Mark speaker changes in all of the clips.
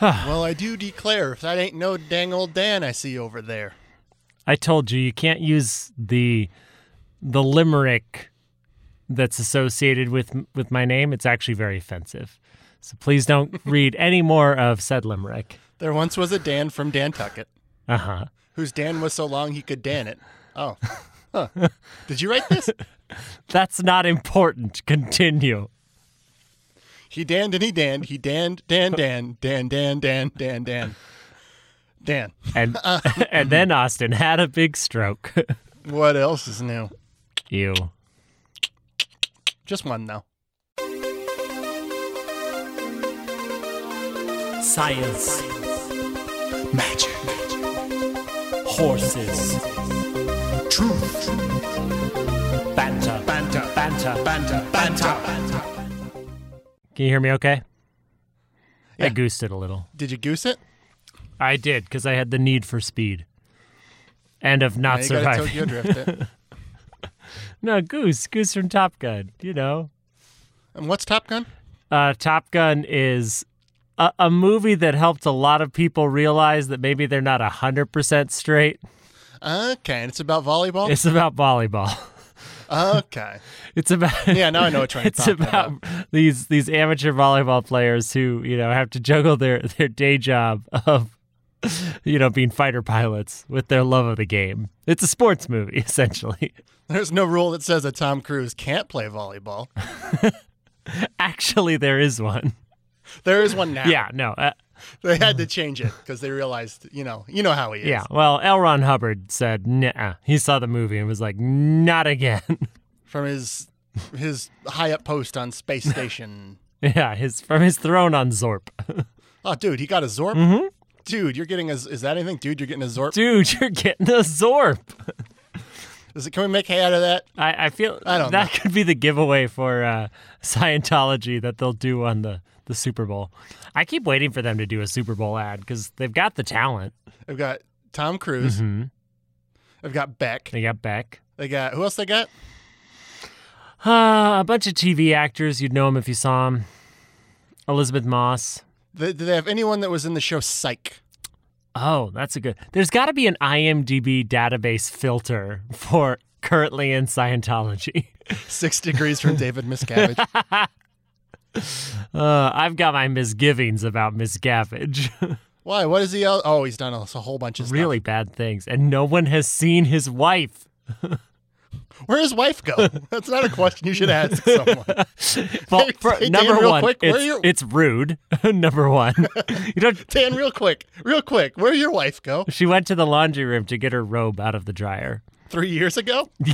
Speaker 1: well, I do declare, if that ain't no dang old Dan I see over there.
Speaker 2: I told you you can't use the the limerick that's associated with with my name. It's actually very offensive. So please don't read any more of said limerick.
Speaker 1: There once was a Dan from Nantucket,
Speaker 2: Uh huh.
Speaker 1: whose Dan was so long he could Dan it. Oh. Huh. Did you write this?
Speaker 2: That's not important. Continue.
Speaker 1: He danned and he danned. He danned, Dan, Dan, Dan, Dan, Dan, Dan, Dan. Dan.
Speaker 2: And and then Austin had a big stroke.
Speaker 1: What else is new?
Speaker 2: Ew.
Speaker 1: Just one, though.
Speaker 3: Science. Magic. Horses. Truth. Banter. Banter. Banter. Banter. Banter.
Speaker 2: Can you hear me? Okay.
Speaker 1: Yeah.
Speaker 2: I goosed it a little.
Speaker 1: Did you goose it?
Speaker 2: I did because I had the need for speed, and of
Speaker 1: Now
Speaker 2: not
Speaker 1: you gotta
Speaker 2: surviving.
Speaker 1: Tokyo drift it.
Speaker 2: No, Goose. Goose from Top Gun. You know,
Speaker 1: And what's Top Gun?
Speaker 2: uh, Top Gun is a, a movie that helped a lot of people realize that maybe they're not hundred percent straight.
Speaker 1: Okay, and it's about volleyball.
Speaker 2: It's about volleyball.
Speaker 1: okay,
Speaker 2: It's about
Speaker 1: yeah, now I know which one. you're
Speaker 2: it's
Speaker 1: talking
Speaker 2: about these these amateur volleyball players who you know have to juggle their their day job of you know being fighter pilots with their love of the game. It's a sports movie essentially.
Speaker 1: There's no rule that says that Tom Cruise can't play volleyball.
Speaker 2: Actually, there is one.
Speaker 1: There is one now.
Speaker 2: Yeah, no, uh,
Speaker 1: they had to change it because they realized, you know, you know how he is.
Speaker 2: yeah. Well, L. Ron Hubbard said, "Nah." He saw the movie and was like, "Not again."
Speaker 1: From his his high up post on space station.
Speaker 2: yeah, his from his throne on Zorp.
Speaker 1: Oh, dude, he got a zorp. Dude, you're getting a is that anything? Dude, you're getting a zorp.
Speaker 2: Mm-hmm. Dude, you're getting a Zorp.
Speaker 1: Is it, can we make hay out of that?
Speaker 2: I, I feel
Speaker 1: I don't
Speaker 2: that could be the giveaway for uh, Scientology that they'll do on the, the Super Bowl. I keep waiting for them to do a Super Bowl ad because they've got the talent.
Speaker 1: I've got Tom Cruise.
Speaker 2: Mm-hmm.
Speaker 1: I've got Beck.
Speaker 2: They got Beck.
Speaker 1: They got who else? They got
Speaker 2: Uh, a bunch of TV actors. You'd know them if you saw them. Elizabeth Moss.
Speaker 1: They- Do they have anyone that was in the show Psych?
Speaker 2: Oh, that's a good. There's got to be an IMDb database filter for currently in Scientology.
Speaker 1: Six degrees from David Miscavige.
Speaker 2: Uh, I've got my misgivings about Miss Gavage.
Speaker 1: Why? What is he? Else? Oh, he's done a a whole bunch of stuff.
Speaker 2: really bad things, and no one has seen his wife.
Speaker 1: Where does wife go? That's not a question you should ask someone.
Speaker 2: Well, for-
Speaker 1: Hey, Dan,
Speaker 2: number
Speaker 1: real
Speaker 2: one,
Speaker 1: quick, where
Speaker 2: it's,
Speaker 1: are your-
Speaker 2: it's rude. number one, you don't.
Speaker 1: Dan, real quick, real quick, where your wife go?
Speaker 2: She went to the laundry room to get her robe out of the dryer.
Speaker 1: Three years ago? I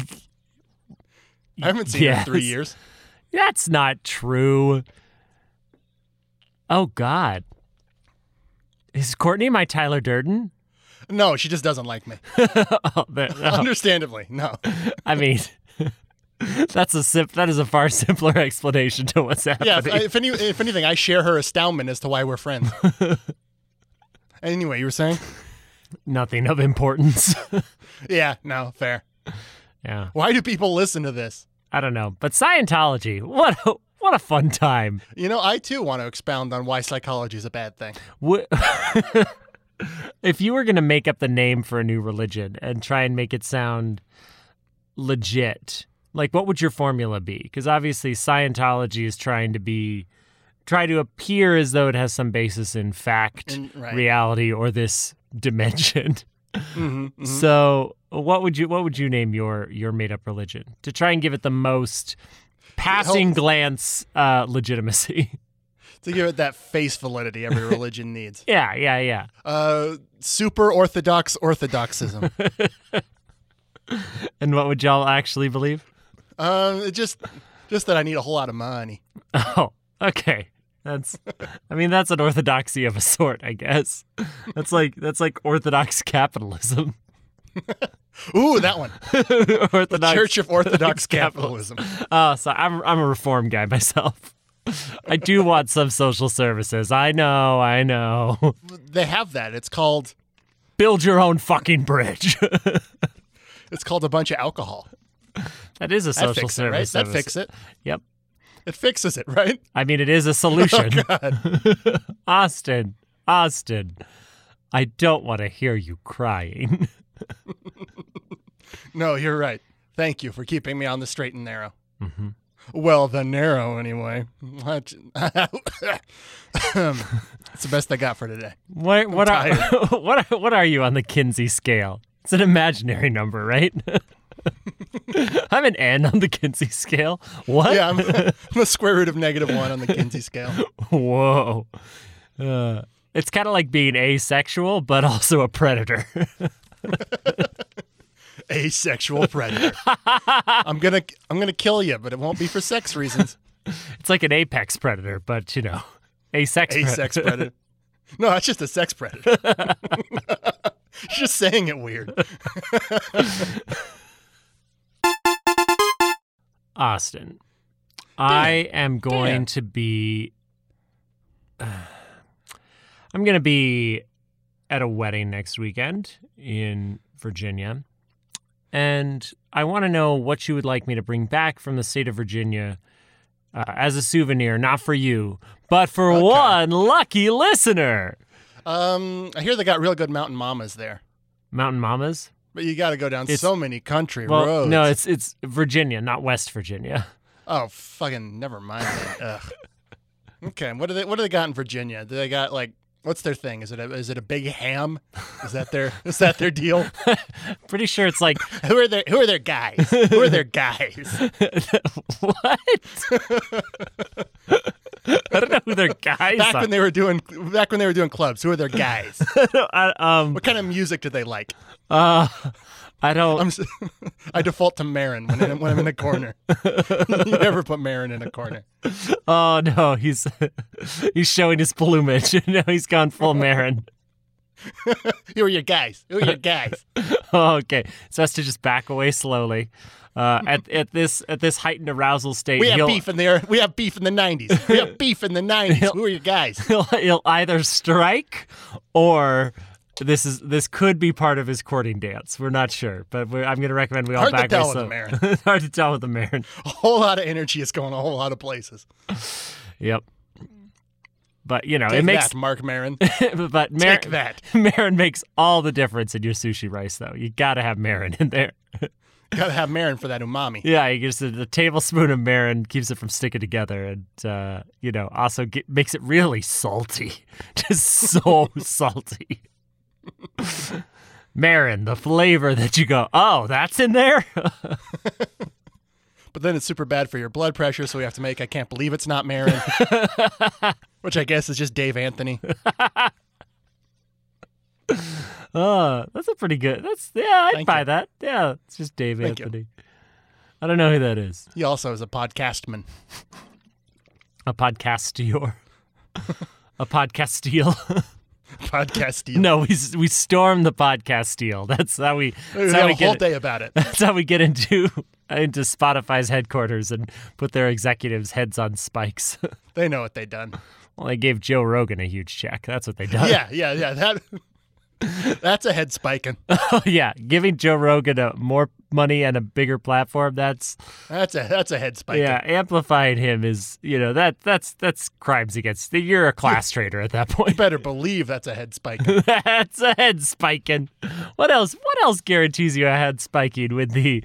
Speaker 1: haven't seen her in three
Speaker 2: Yes.
Speaker 1: years.
Speaker 2: That's not true. Oh God, is Courtney my Tyler Durden?
Speaker 1: No, she just doesn't like me.
Speaker 2: Oh, that- oh,
Speaker 1: Understandably, no.
Speaker 2: I mean, that's a sim- that is a far simpler explanation to what's
Speaker 1: Yeah, if,
Speaker 2: happening.
Speaker 1: if, any, if anything, I share her astoundment as to why we're friends. anyway, you were saying?
Speaker 2: Nothing of importance.
Speaker 1: Yeah, no, fair.
Speaker 2: yeah,
Speaker 1: Why do people listen to this?
Speaker 2: I don't know, but Scientology, what a, what a fun time.
Speaker 1: You know, I too want to expound on why psychology is a bad thing.
Speaker 2: What, if you were going to make up the name for a new religion and try and make it sound legit, like what would your formula be? Because obviously Scientology is trying to be try to appear as though it has some basis in fact,
Speaker 1: In- right.
Speaker 2: reality, or this dimension.
Speaker 1: Mm-hmm,
Speaker 2: So, what would you what would you name your your made up religion to try and give it the most passing glance uh, legitimacy?
Speaker 1: To give it that face validity every religion needs.
Speaker 2: yeah, yeah, yeah.
Speaker 1: Uh, super orthodox orthodoxism.
Speaker 2: And what would y'all actually believe?
Speaker 1: Um, it just just that I need a whole lot of money.
Speaker 2: Oh, okay. That's I mean that's an orthodoxy of a sort, I guess. That's like that's like orthodox capitalism.
Speaker 1: Ooh, that one.
Speaker 2: orthodox
Speaker 1: Church of Orthodox Capitalism.
Speaker 2: Oh, so I'm I'm a reform guy myself. I do want some social services. I know, I know.
Speaker 1: They have that. It's called
Speaker 2: Build your own fucking bridge.
Speaker 1: it's called a bunch of alcohol.
Speaker 2: that is a
Speaker 1: That
Speaker 2: social
Speaker 1: fixes it, right?
Speaker 2: service.
Speaker 1: That
Speaker 2: service.
Speaker 1: fix it.
Speaker 2: Yep.
Speaker 1: It fixes it, right? Oh,
Speaker 2: I mean it is a solution. Austin, Austin, I don't want to hear you crying.
Speaker 1: No, you're right. Thank you for keeping me on the straight and narrow.
Speaker 2: hmm
Speaker 1: Well, the narrow, anyway. That's the best I got for today.
Speaker 2: What what are what are- what are you on the Kinsey scale? It's an imaginary number, right? I'm an N on the Kinsey scale. What?
Speaker 1: Yeah, I'm, I'm a square root of negative one on the Kinsey scale.
Speaker 2: Whoa. Uh, it's kind of like being asexual, but also a predator.
Speaker 1: Asexual predator. I'm gonna I'm gonna kill you, but it won't be for sex reasons.
Speaker 2: it's like an apex predator, but you know, asex.
Speaker 1: A
Speaker 2: predator.
Speaker 1: sex predator. No, that's just a sex predator. You're just saying it weird.
Speaker 2: Austin, I am going to be. I'm going to be at a wedding next weekend in Virginia. And I want to know what you would like me to bring back from the state of Virginia uh, as a souvenir, not for you, but for
Speaker 1: Okay.
Speaker 2: one lucky listener.
Speaker 1: Um, I hear they got real good mountain mamas there,
Speaker 2: Mountain Mamas?
Speaker 1: but you got to go down
Speaker 2: It's-
Speaker 1: so many country
Speaker 2: Well,
Speaker 1: roads.
Speaker 2: no, it's it's Virginia, not West Virginia.
Speaker 1: Oh, fucking never mind. That. Ugh. Okay, what do they what do they got in Virginia? Do they got like what's their thing? Is it a, is it a big ham? Is that their is that their deal?
Speaker 2: Pretty sure it's like
Speaker 1: Who are their who are their guys? Who are their guys?
Speaker 2: what? I don't know who their guys
Speaker 1: Back
Speaker 2: are.
Speaker 1: when they were doing back when they were doing clubs, who are their guys?
Speaker 2: I, um,
Speaker 1: What kind of music do they like?
Speaker 2: uh, I don't.
Speaker 1: I'm si default to Marin when, I'm- when I'm in a corner. you never put Marin in a corner.
Speaker 2: oh no, he's he's showing his plumage. no, he's gone full Marin.
Speaker 1: Who are your guys? Who are your guys?
Speaker 2: Oh, okay, so has to just back away slowly. Uh, at at this at this heightened arousal state,
Speaker 1: We have
Speaker 2: he'll,
Speaker 1: beef in there. We have beef in the '90s. We have beef in the '90s. Who are your guys?
Speaker 2: he'll he'll either strike or. This is this could be part of his courting dance. We're not sure, but we're, I'm going to recommend we all
Speaker 1: Hard to
Speaker 2: back
Speaker 1: tell
Speaker 2: away
Speaker 1: with a
Speaker 2: slow-
Speaker 1: Marin.
Speaker 2: Hard to tell with the Marin.
Speaker 1: A whole lot of energy is going a whole lot of places.
Speaker 2: Yep. But you know,
Speaker 1: Take
Speaker 2: it makes
Speaker 1: that, Mark Marin.
Speaker 2: but Mar-
Speaker 1: Take that.
Speaker 2: Marin makes all the difference in your sushi rice though. You got to have Marin in there.
Speaker 1: Gotta have Marin for that umami.
Speaker 2: Yeah, you just the tablespoon of Marin keeps it from sticking together and uh, you know, also ge- makes it really salty. Just so salty. Marin, the flavor that you go, "Oh, that's in there?"
Speaker 1: But then it's super bad for your blood pressure, so we have to make I can't believe it's not Marin. Which I guess is just Dave Anthony.
Speaker 2: Uh, that's a pretty good. That's yeah, I'd
Speaker 1: Thank
Speaker 2: buy
Speaker 1: you.
Speaker 2: that. Yeah, it's just Dave
Speaker 1: Thank you.
Speaker 2: Anthony. I don't know who that is.
Speaker 1: He also is a podcastman.
Speaker 2: A podcastier. a podcasteel.
Speaker 1: Podcast deal.
Speaker 2: no, we we storm the podcasteel. That's how we.
Speaker 1: we
Speaker 2: That's
Speaker 1: had a
Speaker 2: how we
Speaker 1: whole
Speaker 2: get.
Speaker 1: day about it.
Speaker 2: That's how we get into into Spotify's headquarters and put their executives' heads on spikes.
Speaker 1: They know what they done.
Speaker 2: well, they gave Joe Rogan a huge check. That's what they done.
Speaker 1: Yeah, yeah, yeah. That that's a head spiking.
Speaker 2: Oh, yeah. Giving Joe Rogan a, more money and a bigger platform. That's
Speaker 1: That's a that's a head spiking.
Speaker 2: yeah. Amplifying him is you know that that's that's crimes against. You're a class traitor at that point.
Speaker 1: Better believe that's a head spiking.
Speaker 2: That's a head spiking. What else? What else guarantees you a head spiking with the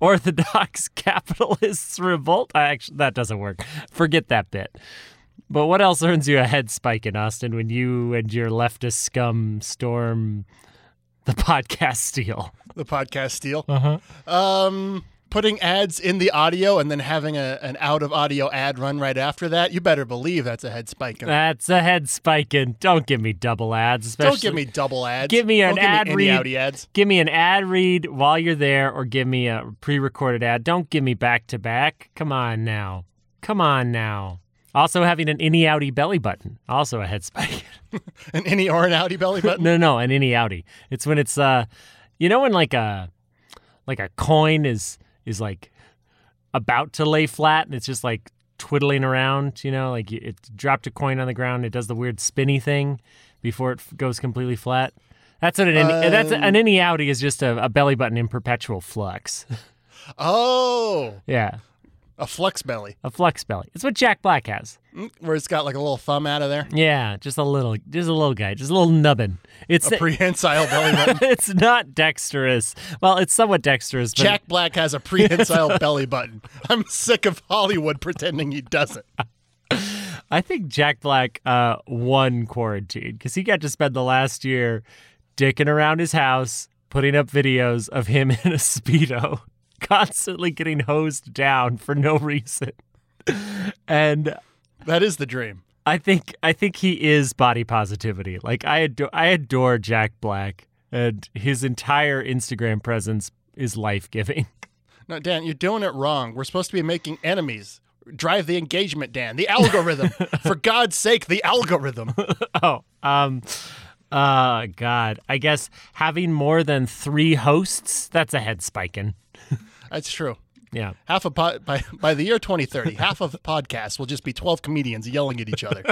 Speaker 2: Orthodox capitalists revolt? I actually, that doesn't work. Forget that bit. But what else earns you a head spiking, Austin, when you and your leftist scum storm the podcast steal?
Speaker 1: the podcast deal.
Speaker 2: Uh-huh.
Speaker 1: Um, putting ads in the audio and then having a, an out of audio ad run right after that. You better believe that's a head spiking.
Speaker 2: That's a head spiking. Don't give me double ads, especially.
Speaker 1: Don't give me double ads.
Speaker 2: Give me an
Speaker 1: Don't give
Speaker 2: ad
Speaker 1: me any
Speaker 2: read.
Speaker 1: Audi ads.
Speaker 2: Give me an ad read while you're there, or give me a pre-recorded ad. Don't give me back to back. Come on now, come on now. Also having an innie outie belly button, also a head spike.
Speaker 1: An any or an Audi belly button.
Speaker 2: no, no, an innie outie. It's when it's uh, you know when like a like a coin is is like about to lay flat and it's just like twiddling around. You know, like it dropped a coin on the ground. It does the weird spinny thing before it f- goes completely flat. That's what an innie, that's
Speaker 1: Um,
Speaker 2: an innie outie is just a, a belly button in perpetual flux.
Speaker 1: Oh,
Speaker 2: yeah.
Speaker 1: A flux belly,
Speaker 2: A flux belly. It's what Jack Black has.
Speaker 1: Mm, where it's got like a little thumb out of there.
Speaker 2: Yeah, just a little, just a little guy, just a little nubbin. It's
Speaker 1: A prehensile belly button.
Speaker 2: it's not dexterous. Well, it's somewhat dexterous. But
Speaker 1: Jack Black has a prehensile belly button. I'm sick of Hollywood pretending he doesn't.
Speaker 2: I think Jack Black uh, won quarantine because he got to spend the last year dicking around his house, putting up videos of him in a Speedo, constantly getting hosed down for no reason. And
Speaker 1: That is the dream.
Speaker 2: I think I think he is body positivity. Like I adore I adore Jack Black and his entire Instagram presence is life-giving.
Speaker 1: No, Dan, you're doing it wrong. We're supposed to be making enemies. Drive the engagement, Dan. The algorithm. For God's sake, the algorithm.
Speaker 2: Oh, um, uh, God. I guess having more than three hosts, that's a head spiking.
Speaker 1: That's true.
Speaker 2: Yeah.
Speaker 1: Half of pod, by by the year 2030, half of podcasts will just be 12 comedians yelling at each other.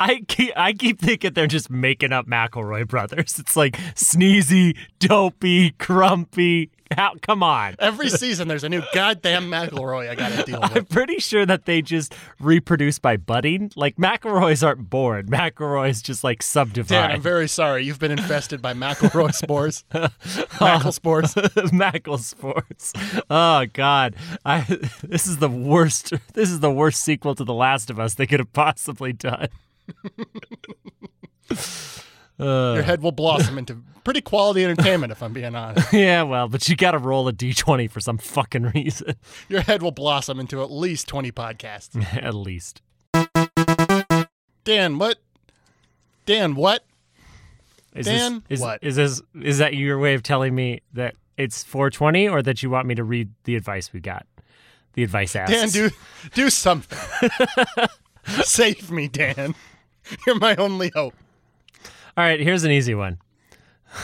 Speaker 2: I keep, I keep thinking they're just making up McElroy brothers. It's like sneezy, dopey, grumpy. How, come on.
Speaker 1: Every season, there's a new goddamn McElroy I got to deal
Speaker 2: I'm
Speaker 1: with.
Speaker 2: pretty sure that they just reproduce by budding. Like McElroys aren't born. McElroys just like
Speaker 1: Dan,
Speaker 2: subdivide.
Speaker 1: I'm very sorry. You've been infested by McElroy spores. Mackle spores.
Speaker 2: Mackle sports. Oh God, I this is the worst. This is the worst sequel to The Last of Us they could have possibly done.
Speaker 1: Your head will blossom into pretty quality entertainment, if I'm being honest.
Speaker 2: Yeah, well, but you got to roll a d twenty for some fucking reason,
Speaker 1: Your head will blossom into at least 20 podcasts.
Speaker 2: at least.
Speaker 1: Dan, what? Dan, what?
Speaker 2: Is
Speaker 1: Dan,
Speaker 2: this, is,
Speaker 1: what?
Speaker 2: is this is that your way of telling me that it's four twenty, or that you want me to read the advice we got? The advice asks.
Speaker 1: Dan, do do something. Save me, Dan. You're my only hope.
Speaker 2: All right, here's an easy one.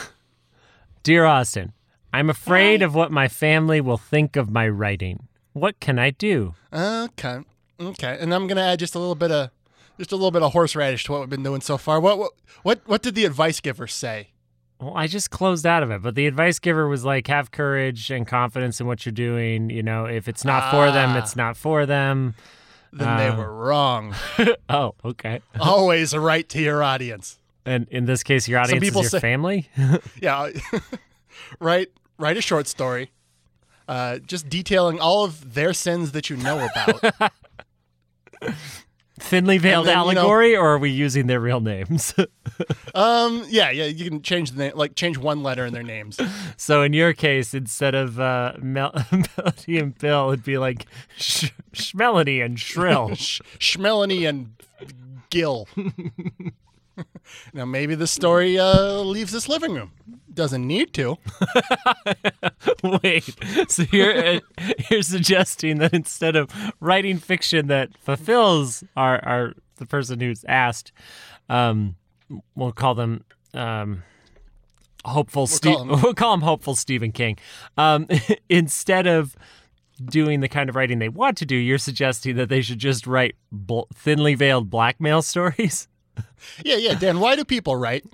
Speaker 2: Dear Austin, I'm afraid of what my family will think of my writing. What can I do?
Speaker 1: Okay, okay. And I'm gonna add just a little bit of just a little bit of horseradish to what we've been doing so far. What what what, what did the advice giver say?
Speaker 2: Well, I just closed out of it, but the advice giver was like, have courage and confidence in what you're doing. You know, if it's not for them,
Speaker 1: Ah.
Speaker 2: it's not for them.
Speaker 1: Then they were wrong.
Speaker 2: Oh, okay.
Speaker 1: Always right to your audience.
Speaker 2: And in this case, your audience is
Speaker 1: people
Speaker 2: your
Speaker 1: say-
Speaker 2: family?
Speaker 1: Yeah. write write a short story. Uh, just detailing all of their sins that you know about.
Speaker 2: Thinly veiled
Speaker 1: then, you know-
Speaker 2: allegory, or are we using their real names?
Speaker 1: Um, yeah, yeah, you can change the name, like change one letter in their names.
Speaker 2: So in your case, instead of uh, Mel- Melody and Bill, it'd be like sh- Schmelody and Shrill.
Speaker 1: Sh- Schmelony and Gill. now maybe the story uh, leaves this living room. Doesn't need to.
Speaker 2: Wait, so you're uh, you're suggesting that instead of writing fiction that fulfills our our the person who's asked, um, we'll call them um, hopeful Steve.
Speaker 1: call 'em-
Speaker 2: We'll call them hopeful Stephen King. Um, instead of doing the kind of writing they want to do, you're suggesting that they should just write bl- thinly veiled blackmail stories.
Speaker 1: Yeah, yeah, Dan. Why do people write?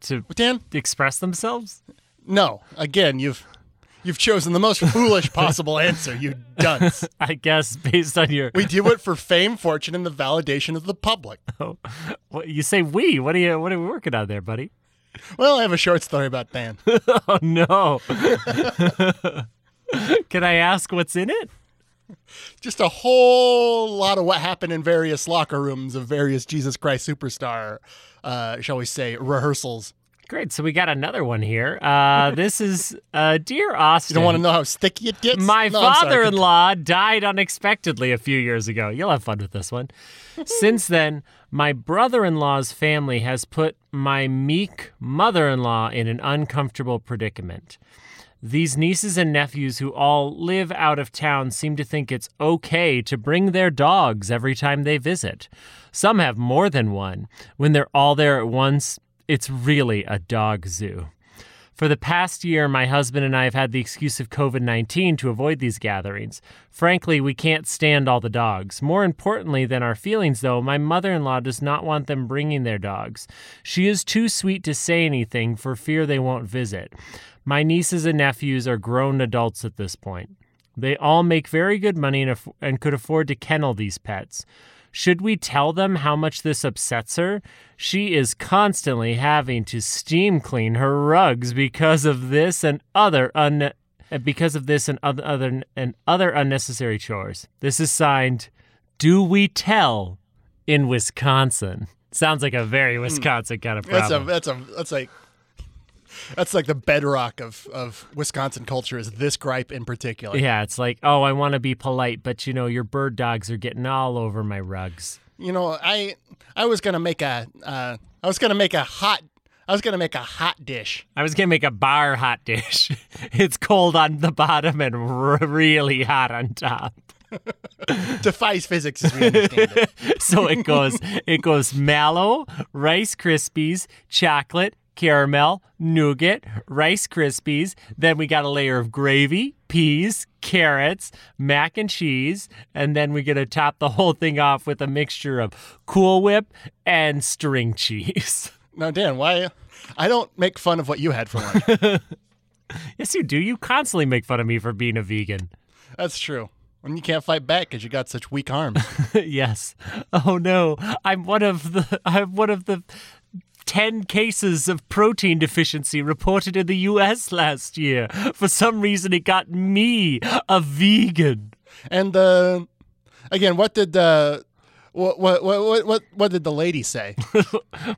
Speaker 2: to
Speaker 1: Dan,
Speaker 2: express themselves?
Speaker 1: no. Again, you've you've chosen the most foolish possible answer. You dunce.
Speaker 2: I guess based on your
Speaker 1: We do it for fame, fortune, and the validation of the public.
Speaker 2: what you say we. What are you what are we working on there, buddy?
Speaker 1: Well, I have a short story about Dan.
Speaker 2: Oh no. Can I ask what's in it?
Speaker 1: Just a whole lot of what happened in various locker rooms of various Jesus Christ superstar, uh, shall we say, rehearsals.
Speaker 2: Great. So we got another one here. Uh, this is uh, dear Austin.
Speaker 1: You don't want to know how sticky it gets?
Speaker 2: My
Speaker 1: No, I'm sorry.
Speaker 2: father in law died unexpectedly a few years ago. You'll have fun with this one. Since then, my brother in law's family has put my meek mother in law in an uncomfortable predicament. These nieces and nephews who all live out of town seem to think it's okay to bring their dogs every time they visit. Some have more than one. When they're all there at once, it's really a dog zoo. For the past year, my husband and I have had the excuse of COVID 19 to avoid these gatherings. Frankly, we can't stand all the dogs. More importantly than our feelings, though, my mother in law does not want them bringing their dogs. She is too sweet to say anything for fear they won't visit. My nieces and nephews are grown adults at this point. They all make very good money and, aff- and could afford to kennel these pets. Should we tell them how much this upsets her? She is constantly having to steam clean her rugs because of this and other un- because of this and other, other and other unnecessary chores. This is signed Do We Tell in Wisconsin. Sounds like a very Wisconsin kind of
Speaker 1: Hmm. That's a
Speaker 2: problem.
Speaker 1: that's a that's like that's like the bedrock of of Wisconsin culture is this gripe in particular.
Speaker 2: yeah, it's like, oh, I want to be polite, but you know, your bird dogs are getting all over my rugs.
Speaker 1: You know, I I was gonna make a uh, I was gonna make a hot I was gonna make a hot dish.
Speaker 2: I was gonna make a bar hot dish. it's cold on the bottom and r- really hot on top.
Speaker 1: Defies physics as we understand it.
Speaker 2: so it goes it goes mallow, rice krispies, chocolate, caramel, nougat, rice krispies, then we got a layer of gravy, peas, carrots, mac and cheese, and then we're going to top the whole thing off with a mixture of cool whip and string cheese.
Speaker 1: Now, Dan, why I don't make fun of what you had for lunch.
Speaker 2: yes you do. You constantly make fun of me for being a vegan.
Speaker 1: That's true. And you can't fight back because you got such weak arms.
Speaker 2: yes. Oh no, I'm one of the I'm one of the 10 cases of protein deficiency reported in the US last year. For some reason it got me a vegan.
Speaker 1: and uh, again, what did the what, what what what what did the lady say?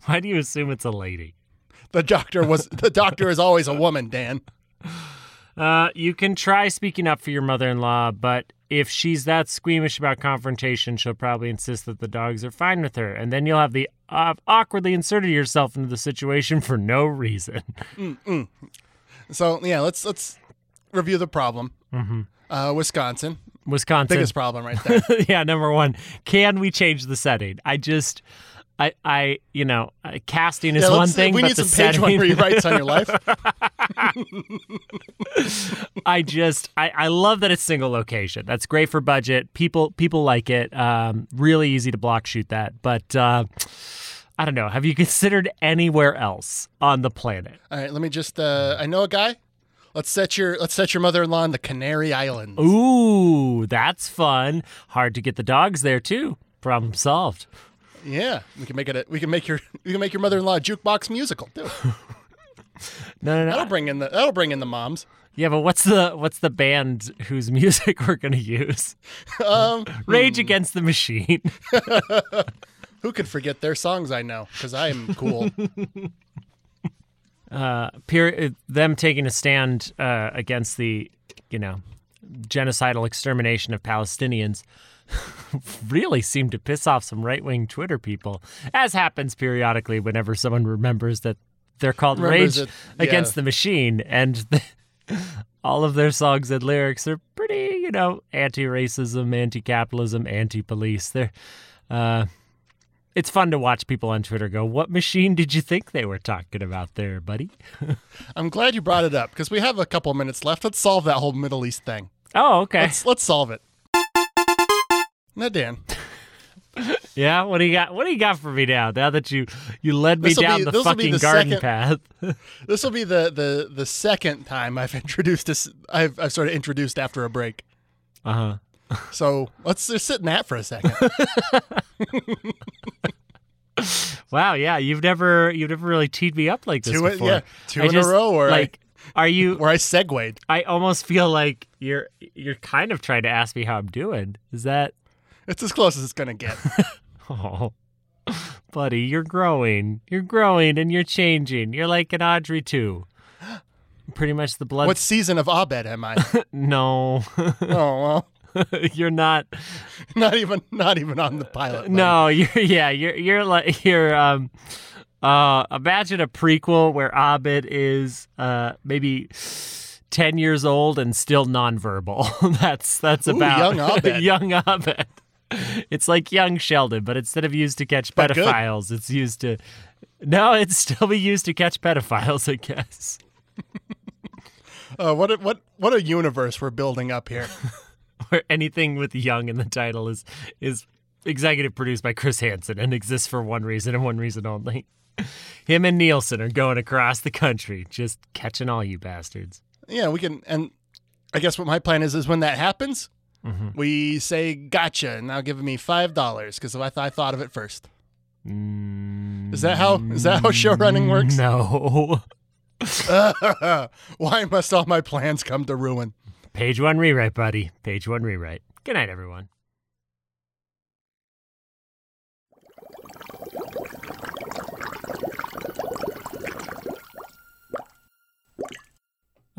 Speaker 2: Why do you assume it's a lady?
Speaker 1: The doctor was the doctor is always a woman, Dan.
Speaker 2: Uh, you can try speaking up for your mother-in-law, but if she's that squeamish about confrontation, she'll probably insist that the dogs are fine with her, and then you'll have the uh, awkwardly inserted yourself into the situation for no reason.
Speaker 1: So yeah, let's let's review the problem.
Speaker 2: hmm
Speaker 1: Uh, Wisconsin,
Speaker 2: Wisconsin.
Speaker 1: biggest problem right there.
Speaker 2: yeah, number one, can we change the setting? I just, I, I, you know, uh, casting is
Speaker 1: Yeah,
Speaker 2: one
Speaker 1: let's-
Speaker 2: thing,
Speaker 1: we
Speaker 2: but
Speaker 1: need
Speaker 2: the
Speaker 1: some page one
Speaker 2: setting-
Speaker 1: rewrites on your life.
Speaker 2: I just, I, I love that it's single location. That's great for budget. People, people like it. Um, really easy to block shoot that, but. Uh, I don't know. Have you considered anywhere else on the planet?
Speaker 1: All right, let me just. Uh, I know a guy. Let's set your let's set your mother-in-law on the Canary Islands.
Speaker 2: Ooh, that's fun. Hard to get the dogs there too. Problem solved.
Speaker 1: Yeah, we can make it. A, we can make your we can make your mother-in-law a jukebox musical too.
Speaker 2: No, no, no.
Speaker 1: That'll bring in the that'll bring in the moms.
Speaker 2: Yeah, but what's the what's the band whose music we're gonna use?
Speaker 1: Um,
Speaker 2: Rage Against the Machine.
Speaker 1: who could forget their songs? I know because I am cool.
Speaker 2: Uh, peri- uh, them taking a stand uh, against the, you know, genocidal extermination of Palestinians really seemed to piss off some right wing Twitter people, as happens periodically whenever someone remembers that they're called
Speaker 1: Remembers
Speaker 2: Rage
Speaker 1: it,
Speaker 2: Against
Speaker 1: yeah.
Speaker 2: the Machine and. The- all of their songs and lyrics are pretty, you know, anti-racism, anti-capitalism, anti-police. They're, uh, it's fun to watch people on Twitter go, "What machine did you think they were talking about, there, buddy?"
Speaker 1: I'm glad you brought it up because we have a couple minutes left. Let's solve that whole Middle East thing.
Speaker 2: Oh, okay.
Speaker 1: Let's let's solve it. Now, Dan,
Speaker 2: yeah, what do you got? What do you got for me now? Now that you you led me
Speaker 1: This'll
Speaker 2: down
Speaker 1: be-
Speaker 2: the
Speaker 1: this'll be
Speaker 2: fucking
Speaker 1: the
Speaker 2: garden
Speaker 1: second-
Speaker 2: path.
Speaker 1: this will be the the the second time I've introduced this. I've I've sort of introduced after a break.
Speaker 2: uh huh.
Speaker 1: So let's just sit in that for a second.
Speaker 2: Wow. Yeah, you've never you've never really teed me up like this
Speaker 1: Two in-
Speaker 2: before.
Speaker 1: yeah, two
Speaker 2: I
Speaker 1: in a
Speaker 2: just-
Speaker 1: row where I-
Speaker 2: like, are you?
Speaker 1: Where I segued.
Speaker 2: I almost feel like you're you're kind of trying to ask me how I'm doing. Is that?
Speaker 1: It's as close as it's gonna get.
Speaker 2: Oh, buddy, you're growing. You're growing and you're changing. You're like an Audrey too. Pretty much the blood.
Speaker 1: what season of Abed am I?
Speaker 2: No,
Speaker 1: oh well,
Speaker 2: you're not.
Speaker 1: not even not even on the pilot. buddy.
Speaker 2: No, you're. Yeah, you're. You're like you're. Um. Uh. Imagine a prequel where Abed is uh maybe. 10 years old and still nonverbal. that's that's
Speaker 1: Ooh,
Speaker 2: about
Speaker 1: young Abed.
Speaker 2: young Abed. It's like young Sheldon, but instead of used to catch
Speaker 1: But good.
Speaker 2: pedophiles, it's used to No, it's still be used to catch pedophiles, I guess.
Speaker 1: Uh, what a, what what a universe we're building up here.
Speaker 2: Where anything with young in the title is is executive produced by Chris Hansen and exists for one reason and one reason only. Him and Nielsen are going across the country, just catching all you bastards.
Speaker 1: yeah, we can and I guess what my plan is is when that happens,
Speaker 2: Mhm.
Speaker 1: we say gotcha, and now give me five dollars because I, th- I thought of it first. Is that how is that how show running works?
Speaker 2: Mm, No.
Speaker 1: Why must all my plans come to ruin?
Speaker 2: Page one rewrite, buddy. Page one rewrite. Good night, everyone.